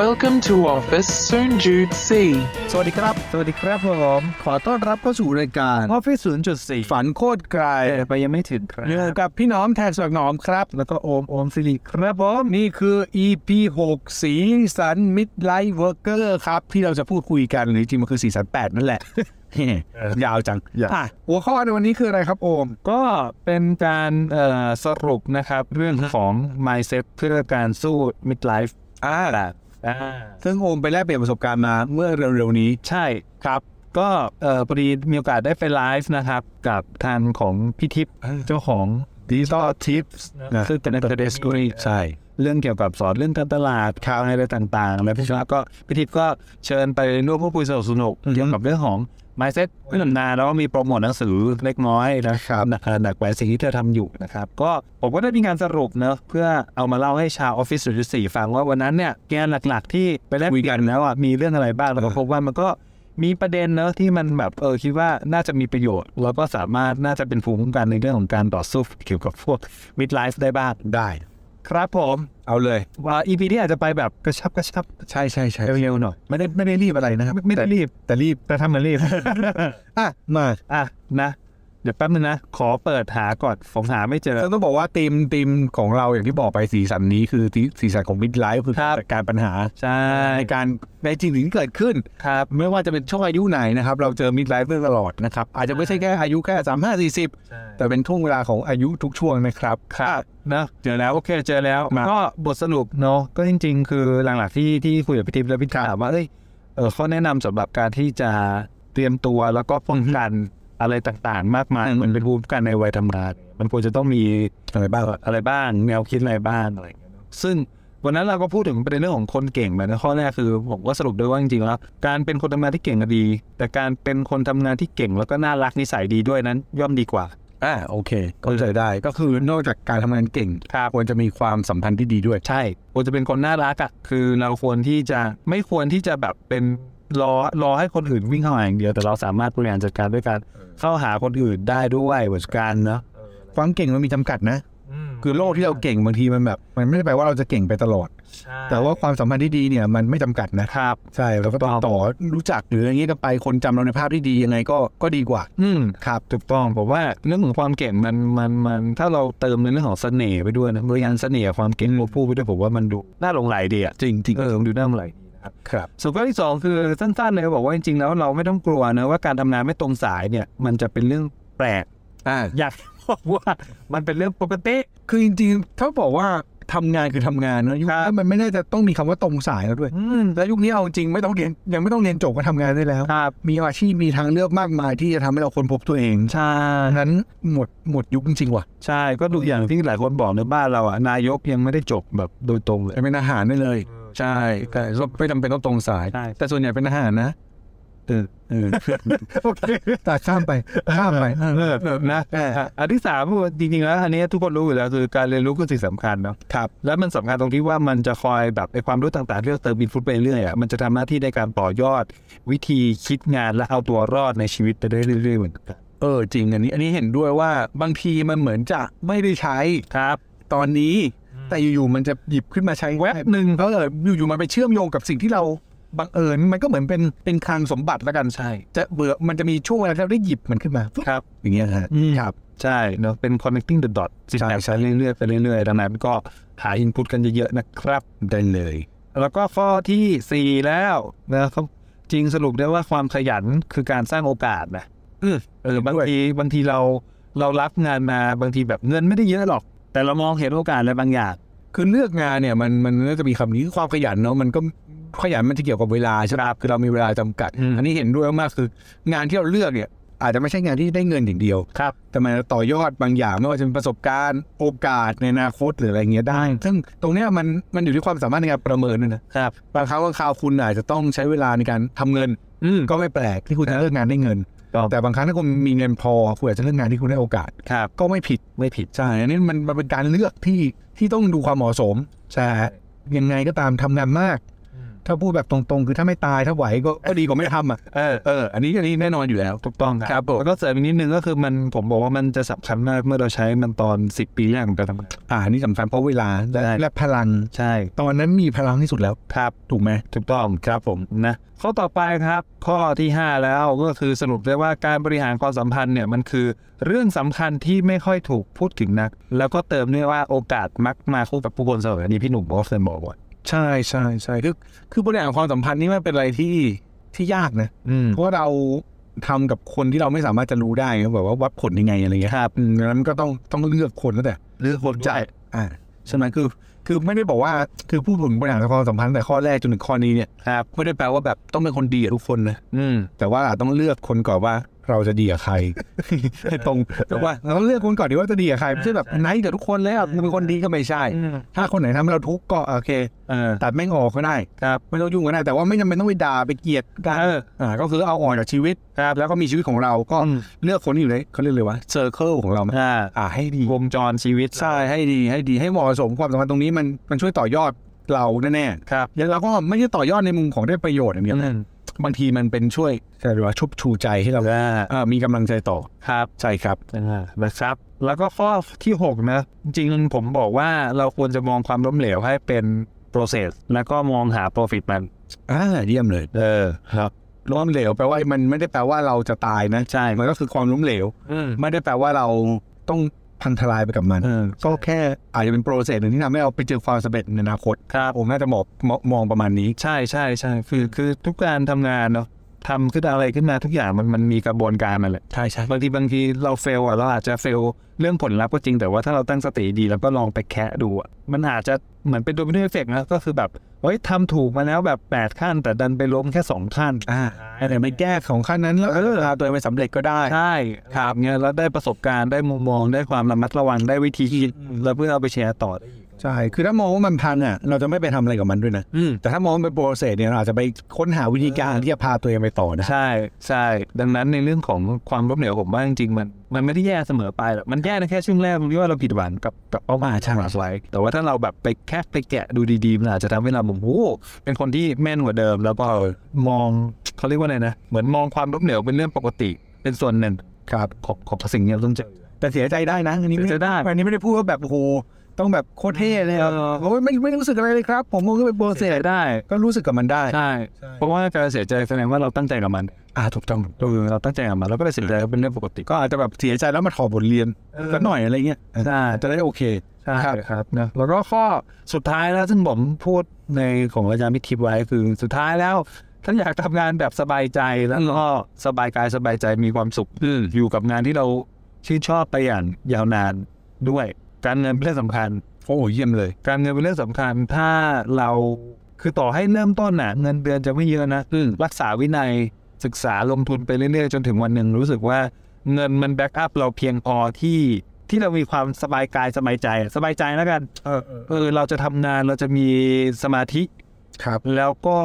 Welcome to Office Soon Jude C. สวัสดีครับ สวัสดีครับผม ขอต้อนรับเข้าสู่รายการ Office 0.4 ฝันโคตรไกล ไปยังไม่ถึงครับ เรื่องกับพี่หน้อมแทนสวักหนอมครับ แล้วก็โอม โอมสิริครับผม นี่คือ EP 6 สีสัน Midlife Worker ครับ ที่เราจะพูดคุยกันหรือจริงๆมันคือสีสัน 8 นั่นแหละ ยาวจังอ่ะหัวข้อในวันนี้คืออะไรครับโอม ก็เป็นการเอ่อสรุปนะครับ เรื่องของ mindset เพื่อการสู้ midlife อ่า อ่า ซึ่งโอมไปแลกเปลี่ยนประสบการณ์มาเมื่อเร็วๆนี้ ใช่ครับ ก็เอ่อพอดีมีโอกาสได้ไปไลฟ์นะครับ กับทางของพี่ทิพย์เจ้าของ Digital Tips นะ ซึ่งเป็น Academy ใช่ เรื่องเกี่ยวกับสอนเรื่องการตลาดข่าวอะไรต่างๆแล้วพี่ชนะก็พี่ทิพย์ก็เชิญไปร่วมพูดคุยสนุกสนุกๆเกี่ยวกับเรื่องของ mindset เรื่องนานแล้วก็มีโปรโมทหนังสือเล็กน้อยนะครับหนักหนักแหวนสิ่งที่เธอทำอยู่นะครับ ก็ผมก็ได้มีการสรุปเนอะเพื่อเอามาเล่าให้ชาวออฟฟิศสุดสี่ฟังว่าวันนั้นเนี่ยแกนหลักๆ ที่ไปแลกเปลี่ยนแล้วอ่ะมีเรื่องอะไรบ้างแล้วก็พบว่ามันก็มีประเด็นเนอะที่มันแบบเออคิดว่าน่าจะมีประโยชน์แล้วก็สามารถน่าจะเป็นภูมิคุ้มกันในเรื่องของการต่อสู้เกี่ยวกับพวก midlife ได้บ้าง ได้ ครับผม เอาเลย ว่าอีพีนี้อาจจะไปแบบกระชับกระชับ ใช่ใช่ใช่ เร็วๆหน่อย ไม่ได้ไม่ได้รีบอะไรนะครับ ไม่ไม่ได้รีบ แต่รีบ แต่ทำเหมือนรีบ อ่ะมา อ่ะนะ เดี๋ยวแป๊บนึงนะ ขอเปิดหาก่อนผมหาไม่เจอ ต้องบอกว่าทีมทีมของเราอย่างที่บอกไปสีสันนี้คือสีสีสันของมิดไลฟ์คือ ครับ จัดการปัญหา ใช่ ในการในจริงถึงที่เกิดขึ้น ครับ ไม่ว่าจะเป็นช่วงอายุไหนนะครับ เราเจอมิดไลฟ์เรื่องตลอดนะครับ อาจจะไม่ใช่แค่อายุแค่สามห้าสี่สิบแต่เป็นช่วงเวลาของอายุทุกช่วงนะครับ ครับ นะ เจอแล้ว โอเคเจอแล้ว มา ก็บทสรุปเนาะก็จริง ๆ คือหลังๆที่ที่คุยกับพี่ทิพย์แล้วพี่ถามว่าเอ้ยเออข้อแนะนำสำหรับการที่จะเตรียมตัวแล้วก็ป้องกันอะไรต่างๆ มากมายเหมือนเป็นภูมิคุ้มกันในวัยทำงาน มันควรจะต้องมี อะไรบ้าง เอ่ออะไรบ้างแนวคิดอะไรบ้างอะไรอย่างเงี้ยเนอะซึ่งวันนั้นเราก็พูดถึงประเด็นเรื่องของคนเก่งไปนะข้อแรกคือผมก็สรุปด้วยว่าจริงๆแล้วการเป็นคนทำงานที่เก่งก็ดี แต่การเป็นคนทำงานที่เก่งแล้วก็น่ารักนิสัยดีด้วยนั้น ย่อมดีกว่า อ่าโอเคก็เข้าใจได้ก็คือนอกจากการทำงานเก่ง ครับ ควรจะมีความสัมพันธ์ที่ดีด้วย ใช่ควรจะเป็นคนน่ารักอะคือเราควรที่จะไม่ควรที่จะแบบเป็นรอรอให้คนอื่นวิ่งเข้าหาอย่างเดียวแต่เราสามารถบริหารจัดการด้วยการเข้าหาคนอื่นได้ด้วยเหมือนกันเนอะ ความเก่งมันมีจำกัดนะ คือโลกที่เราเก่งบางทีมันแบบ มันไม่ได้แปลว่าเราจะเก่งไปตลอด แต่ว่าความสัมพันธ์ที่ดีเนี่ยมันไม่จำกัดนะ ครับ ใช่เราก็ต้องต่อรู้จักหรืออย่างนี้ก็ไปคนจำเราในภาพที่ดียังไงก็ก็ดีกว่า อืม ครับ ถูกต้องผมว่าเรื่องของความเก่งมันมันมันถ้าเราเติมในเรื่องของเสน่ห์ไปด้วยนะบริการเสน่ห์กับความเก่งควบคู่ไปด้วยผมว่ามันดูน่าหลงไหลดีอ่ะ จริงจริง เออมันดูน่าหลงไหลดีนะครับ ครับ ส่วนข้อที่สองคือสั้นๆเลยบอกว่าจริงๆแล้วเราไม่ต้องกลัวนะว่าการทำงานไม่ตรงสายเนี่ย มันจะเป็นเรื่องแปลก อ่า อยากบอกว่ามันเป็นเรื่องปกติ คือจริงๆถ้าบอกว่าทำงานคือทำงานนะยุค ครับ นี้มันไม่น่าจะต้องมีคำว่าตรงสายแล้วด้วย อืม และยุคนี้เอาจริงไม่ต้องเรียนยังไม่ต้องเรียนจบก็ทำงานได้แล้ว ครับ มีอาชีพมีทางเลือกมากมายที่จะทำให้เราค้นพบตัวเอง ใช่ ดังนั้นหมดหมดยุคจริงๆว่ะ ใช่ก็ดูอย่างที่หลายคนบอกในบ้านเราอ่ะนายกยังไม่ได้จบแบบโดยตรงเลย เป็นอาหารได้เลย ใช่แต่ไม่จำเป็นต้องตรงสาย ใช่ แต่ส่วนใหญ่เป็นอาหารนะ เออเออ โอเคแต่ข้ามไปข้ามไปเออ นะอันที่สามจริงๆแล้วอันนี้ทุกคนรู้อยู่แล้วคือการเรียนรู้คือสิ่งสำคัญเนาะ ครับ แล้วมันสำคัญตรงที่ว่ามันจะคอยแบบไอความรู้ต่างๆที่เราเติมอินฟุตไปเรื่อยๆอ่ะมันจะทำหน้าที่ในการต่อยอด วิธีคิดงานและเอาตัวรอดในชีวิตไปได้เรื่อยๆเหมือนกัน เออจริงอันนี้อันนี้เห็นด้วยว่าบางทีมันเหมือนจะไม่ได้ใช้ ครับ ตอนนี้ อืม แต่อยู่ๆมันจะหยิบขึ้นมาใช้แวบหนึ่งแล้วเอออยู่ๆมันไปเชื่อมโยงกับสิ่งที่เราบังเอิญมันก็เหมือนเป็นเป็นคลังสมบัติแล้วกัน ใช่ จะเบื่อมันจะมีช่วงเวลาที่เราได้หยิบมันขึ้นมาฟึ๊ ครับ อย่างเงี้ยฮะครับ ใช่เนาะเป็น connecting the dots สิ่ง ใช่ ต่างๆเรื่อยๆไปเรื่อยๆดังนั้นก็หาอินพุตกันเยอะๆนะครับ ได้เลย แล้วก็ข้อที่ 4 แล้วนะครับจริงสรุปได้ว่าความขยันคือการสร้างโอกาสนะเออบางทีบางทีเราเรารับงานมาบางทีแบบเงินไม่ได้เยอะหรอก แต่เรามองเห็นโอกาสอะไรบางอย่าง คือเลือกงานเนี่ยมันมันน่าจะมีคำนี้คือความขยันเนาะมันก็ขยันมันจะเกี่ยวกับเวลาใช่ไหมครับคือเรามีเวลาจำกัด อืม อันนี้เห็นด้วยมากๆคืองานที่เราเลือกเนี่ยอาจจะไม่ใช่งานที่ได้เงินอย่างเดียว ครับ แต่มันต่อยอดบางอย่างไม่ว่าจะเป็นประสบการณ์โอกาสในอนาคตหรืออะไรเงี้ยได้ ซึ่งตรงเนี้ยมันมันอยู่ที่ความสามารถในการประเมินด้วยนะครับ บางครั้งบางคราวคุณอาจจะต้องใช้เวลาในการทำเงิน อืม ก็ไม่แปลกที่คุณจะเลิกงานได้เงิน ครับ แต่บางครั้งถ้าคุณมีเงินพอคุณอาจจะเลิกงานที่คุณได้โอกาส ครับ ก็ไม่ผิด ไม่ผิด ใช่อันนี้มันมันเป็นการเลือกที่ที่ต้องดูความเหมาะสมใช่ฮะยังไงก็ตามทำงานมาก ถ้าพูดแบบตรงๆ คือถ้าไม่ตายถ้าไหวก็ก็ดีกว่าไม่ทำอ่ะ เออ เอออันนี้อันนี้แน่นอนอยู่แล้ว ถูกต้องค ครั รั บบ ผม แล้วก็เสริมอีกนิดนึงก็คือมันผมบอกว่ามันจะสำคัญมากเมื่อเราใช้มันตอน 10 ปีแรกของการทำงาน อ่าอันนี้สำคัญเพราะเวลาและ ใช่ และพลัง ใช่ ตอนนั้นมีพลังที่สุดแล้ว ครับ ถูกไหม ถูกต้องครับผมนะข้อต่อไปครับ ข้อที่ 5 แล้วก็คือสรุปได้ว่าการบริหารความสัมพันธ์เนี่ยมันคือเรื่องสำคัญที่ไม่ค่อยถูกพูดถึงนัก แล้วก็เติมด้วยว่าโอกาสมักมาคู่กับผู้คนเสมออันนี้พี่หนุ่มบอกเซนบอกไว่า ใช่ใช่ใช่คือคือบริหารความสัมพันธ์นี่มันเป็นอะไรที่ที่ยากนะ อืม เพราะว่าเราทำกับคนที่เราไม่สามารถจะรู้ได้ครับแบบว่าวัดผลยังไงอะไรเงี้ย ครับ อืมดังนั้นก็ต้องต้องเลือกคนแล้วแต่ หรือคนใจ อ่าฉะนั้นคือคือไม่ได้บอกว่าคือพูดถึงบริหารความสัมพันธ์แต่ข้อแรกจนถึงข้อนี้เนี่ย ครับ ไม่ได้แปลว่าแบบต้องเป็นคนดีกับทุกคนนะ อืม แต่ว่าต้องเลือกคนก่อนว่าเราจะดีกับใคร ให้ตรงแต่ว่าเราต้องเลือกคนก่อนดีว่าจะดีกับใครไม่ใช่แบบไหนกับทุกคนแล้วเป็นคนดีก็ไม่ใช่ ถ้าคนไหนทำให้เราทุกข์ก็โอเค เออ ตัดแม่งออกก็ได้ ครับ ไม่ต้องยุ่งก็ได้แต่ว่าไม่จำเป็นต้องไปด่าไปเกลียดกัน เออ อ่าก็คือเอาออกจากชีวิตครับแล้วก็มีชีวิตของเราก็ อืม เลือกคนที่อยู่ในเขาเรียกเลยว่าเซอร์เคิลของเรา อ่า อ่าให้ดี วงจรชีวิต ใช่ให้ดีให้ดีให้เหมาะสมความสัมพันธ์ตรงนี้มันมันช่วยต่อยอดเราแน่ ครับ ๆแล้วเราก็ไม่ใช่ต่อยอดในมุมของได้ประโยชน์อย่างเดียว อืม บางทีมันเป็นช่วยหรือว่าชุบชูใจให้เรา อ่า เอ่อมีกำลังใจต่อ ครับ ใช่ครับ อ่านะครับแล้วก็ข้อที่ 6 นะ จริงๆ ผมบอกว่าเราควรจะมองความล้มเหลวให้เป็น process แล้วก็มองหา profit มัน อ่าเยี่ยมเลย เออครับ ล้มเหลวแปลว่ามันไม่ได้แปลว่าเราจะตายนะ ใช่ มันก็คือความล้มเหลว อืม ไม่ได้แปลว่าเราต้องพันทลายไปกับมัน เออ ก็แค่อาจจะเป็นโปรเซสหนึ่งที่ทำให้เราไปเจอความสำเร็จในอนาคต ครับ ผมน่าจะเหมาะเหมาะมองประมาณนี้ ใช่ใช่ใช่คือคือทุกการทำงานเนาะทำขึ้นอะไรขึ้นมาทุกอย่างมันมันมีกระบวนการมันแหละ ใช่ใช่ บางทีบางทีเราเฟลอ่ะเราอาจจะเฟลเรื่องผลลัพธ์ก็จริงแต่ว่าถ้าเราตั้งสติดีแล้วก็ลองไปแคะดูอะมันอาจจะเหมือนเป็นโดมิโนเอฟเฟกต์นะก็คือแบบเฮ้ยทำถูกมาแล้วแบบแปดขั้น แต่ดันไปล้มแค่สองขั้น อ่าอะไรไม่แก้ของขั้นนั้นแล้วเออเอาตัวเองไปสำเร็จก็ได้ ใช่ครับเงี้ยแล้วได้ประสบการณ์ได้มุมมองได้ความระมัดระวังได้วิธีคิดแล้วเพื่อเอาไปแชร์ต่อได้อีก ใช่ คือถ้ามองว่ามันพันอ่ะ เราจะไม่ไปทำอะไรกับมันด้วยนะ อืม แต่ถ้ามองว่าเป็นโปรเซสเนี่ยเราอาจจะไปค้นหาวิธีการที่จะพาตัวเองไปต่อนะ ใช่ใช่ดังนั้นในเรื่องของความล้มเหลวผมว่าจริงๆมันมันไม่ได้แย่เสมอไปหรอกมันแย่ในแค่ช่วงแรกตรงที่ว่าเราผิดหวังกับกับเป้าหมาย ใช่ ที่เราไว้แต่ว่าถ้าเราแบบไปแค่ไปแกะดูดีๆมันอาจจะทำให้เราแบบโอ้โหเป็นคนที่แม่นกว่าเดิม แล้วก็มองเขาเรียกว่าไงนะเหมือนมองความล้มเหลวเป็นเรื่องปกติ เป็นส่วนหนึ่งครับของของสิ่งที่เราต้องเจอ แต่เสียใจได้นะ อันนี้ม่ เสียใจได้ อันนี้ไม่ได้พูดว่าแบบโอ้โหต้องแบบโคตรเท่เลยอะ เออ โอ้ยไม่ไม่รู้สึกอะไรเลยครับ ผมมองว่าเป็นโปรเซ เสี ส ยได้ ก็รู้สึกกับมันได้ ใช่ ใช่ เพราะว่าการเสียใจแสดงว่าเราตั้งใจกับมัน อ่าถูกต้อง เออเราตั้งใจกับมันเราก็เลยเสียใจเป็นเรื่องปกติ ก็อาจจะแบบเสียใจแล้วมาถอดบทเรียน เออ สักหน่อยอะไรเงี้ย ใช่ จะได้โอเค ใช่ครับนะแล้วก็ข้อสุดท้ายแล้วซึ่งผมพูดในของอาจารย์มิตรทิพย์ไว้คือสุดท้ายแล้วท่านอยากทำงานแบบสบายใจแล้วก็สบายกายสบายใจมีความสุขอยู่กับงานที่เราชื่นชอบไปอย่างยาวนานด้วย การเงินเป็นเรื่องสำคัญ โอ้เยี่ยมเลย การเงินเป็นเรื่องสำคัญถ้าเราคือต่อให้เริ่มต้นน่ะเงินเดือนจะไม่เยอะนะรักษาวินัยศึกษาลงทุนไปเรื่อยๆ จนถึงวันหนึ่งรู้สึกว่าเงินมันแบ็กอัพเราเพียงพอที่ที่เรามีความสบายกายสบายใจสบายใจแล้วกัน เออเออ เออเราจะทำงานเราจะมีสมาธิ ครับ แล้วก็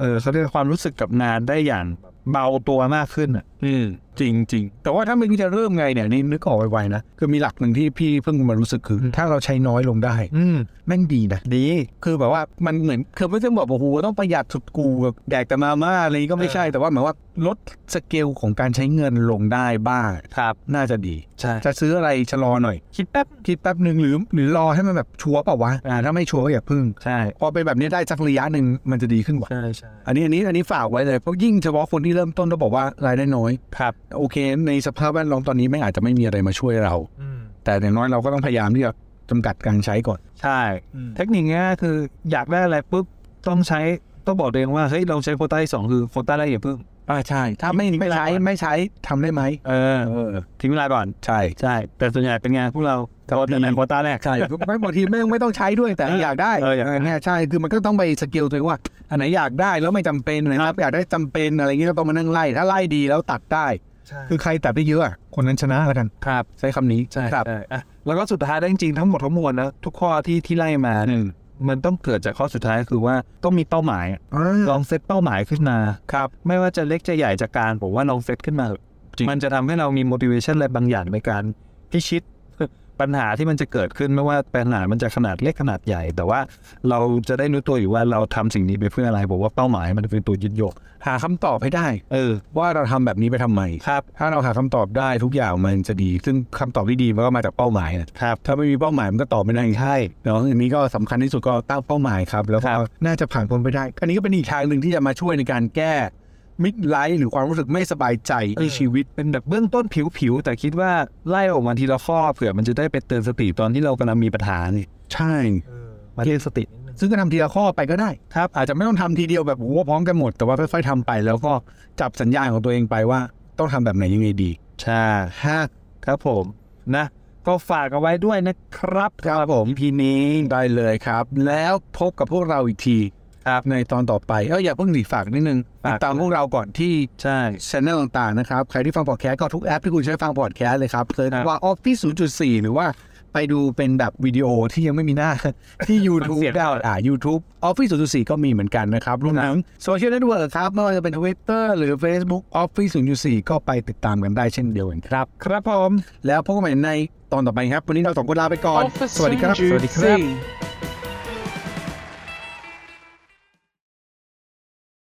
เออเขาเรียกความรู้สึกกับงานได้อย่างเบาตัวมากขึ้นอ่ะ อืมจริงจริงแต่ว่าถ้าไม่รู้จะเริ่มไงเนี่ยนี่นึกออกไวๆนะคือมีหลักหนึ่งที่พี่เพิ่งมารู้สึกคือ ถ้าเราใช้น้อยลงได้ อืม แม่งดีนะ ดี คือแบบว่ามันเหมือนคือไม่ต้องบอกว่าโอ้โหต้องประหยัดสุดกูแบบแดกแต่มาม่าอะไรก็ไม่ใช่แต่ว่าหมายว่าลดสเกลของการใช้เงินลงได้บ้าง ครับ น่าจะดี ใช่ จะซื้ออะไรชะลอหน่อย คิดแป๊บ คิดแป๊บหนึ่งหรือหรือรอให้มันแบบชัวร์เปล่าวะอ่าถ้าไม่ชัวร์ก็อย่าพึ่ง ใช่ พอเป็นแบบนี้ได้สักระยะหนึ่งมันจะดีขึ้นกว่า ใช่ใช่ อันนี้อันนี้อันนี้ฝากไว้เลยเพราะยิ่งเฉพาะคนที่เริ่มต้นต้องบอกว่ารายได้น้อย ครับ โอเค ในสภาพแวดล้อมตอนนี้ไม่อาจจะไม่มีอะไรมาช่วยเรา อืม แต่อย่างน้อยเราก็ต้องพยายามที่จะจำกัดการใช้ก่อน ใช่ อืม เทคนิคง่ายๆคืออยากได้อะไรปุ๊บต้องใช้ต้องบอกตัวเองว่าเฮ้ยเราใช้โควต้าที่สองคือโควต้าแรกอย่าเพิ่ง อ่าใช่ ถ้าไม่ไม่ใช้ไม่ใช้ทำได้ไหม เออ เออ ทิ้งเวลาก่อน ใช่ ใช่ แต่ส่วนใหญ่เป็นงานพวกเราเราจะในโควต้าแรก ใช่ ไม่บางทีไม่ไม่ต้องใช้ด้วยแต่อยากได้ เอออยากได้ เนี่ยใช่คือมันก็ต้องไปสเกิลตัวเองว่า อันไหนอยากได้แล้วไม่จำเป็นนะครับอยากได้จำเป็นอะไรเงี้ยก็ต้องมานั่งไล่ ถ้าไล่ดีแล้วตัดได้ คือใครตัดได้เยอะอะคนนั้นชนะแล้วกัน ครับ ใช้คำนี้ ใช่ ครับ ใช่อ่ะแล้วก็สุดท้ายแล้วจริงๆทั้งหมดทั้งมวลนะทุกข้อที่ที่ไล่มาเนี่ยมันต้องเกิดจากข้อสุดท้ายคือว่าต้องมีเป้าหมายอะลองเซตเป้าหมายขึ้นมาครับไม่ว่าจะเล็กจะใหญ่จะกลารผมว่าลองเซตขึ้นมาเถอะ จริง มันจะทำให้เรามี motivation อะไรบางอย่างในการพิชิต ปัญหาที่มันจะเกิดขึ้นไม่ว่าปัญหามันจะขนาดเล็กขนาดใหญ่ แต่ว่าเราจะได้รู้ตัวอยู่ว่าเราทำสิ่งนี้ไปเพื่ออะไรผมว่าเป้าหมายมันเป็นตัวยึดโยง หาคำตอบให้ได้ เออ ว่าเราทำแบบนี้ไปทำไม ครับ ถ้าเราหาคำตอบได้ทุกอย่างมันจะดี ซึ่งคำตอบที่ดีมันก็มาจากเป้าหมายนะครับ ถ้าไม่มีเป้าหมายมันก็ตอบไม่ได้ ใช่ เนาะอันนี้ก็สำคัญที่สุดก็ตั้งเป้าหมายครับ แล้ว ค ก็ รับ น่าจะผ่านพ้นไปได้อันนี้ก็เป็นอีกทางหนึ่งที่จะมาช่วยในการแก้มิดไลท์หรือความรู้สึกไม่สบายใจในชีวิต เป็นแบบเบื้องต้นผิวๆ แต่คิดว่าไล่ออกมาทีละข้อเผื่อมันจะได้ไปเตือนสติตอนที่เรากำลังมีปัญหานี่ ใช่ มาเรียกสติ ซึ่งก็ทำทีละข้อไปก็ได้ครับ อาจจะไม่ต้องทำทีเดียวแบบโอ้โหพร้อมกันหมดแต่ว่าค่อยๆทำไป แล้วก็จับสัญญาณของตัวเองไปว่า ต้องทำแบบไหนยังไงดี ใช่ ห้า ครับผมนะ ก็ฝากเอาไว้ด้วยนะครับครับผมพีนี้ ได้เลยครับ แล้วพบกับพวกเราอีกที ครับ ในตอนต่อไป เอออย่าเพิ่งหลีฝากนิดนึง ฝาก ติดตามพวกเราก่อนที่ ใช่ ช anel ต่างๆนะครับ ใครที่ฟังพอดแคสต์ก็ทุกแอปที่คุณใช้ฟังพอดแคสต์เลยครับเซิร์ช ครับ ว่าออฟฟี่0.4 หรือว่าไปดูเป็นแบบวิดีโอที่ยังไม่มีหน้า ที่ YouTube ได้อ่า YouTube Office 0.4 ก็มีเหมือนกันนะครับรวมถึงโซเชียลเน็ตเวิร์กครับไม่ว่าจะเป็น Twitter หรือ Facebook Office 0.4 ก็ไปติดตามกันได้เช่นเดียวกันครับ ครับผม แล้วพบกันใหม่ในตอนต่อไปครับวันนี้เราสองคนลาไปก่อน Office สวัสดีครับ 0.4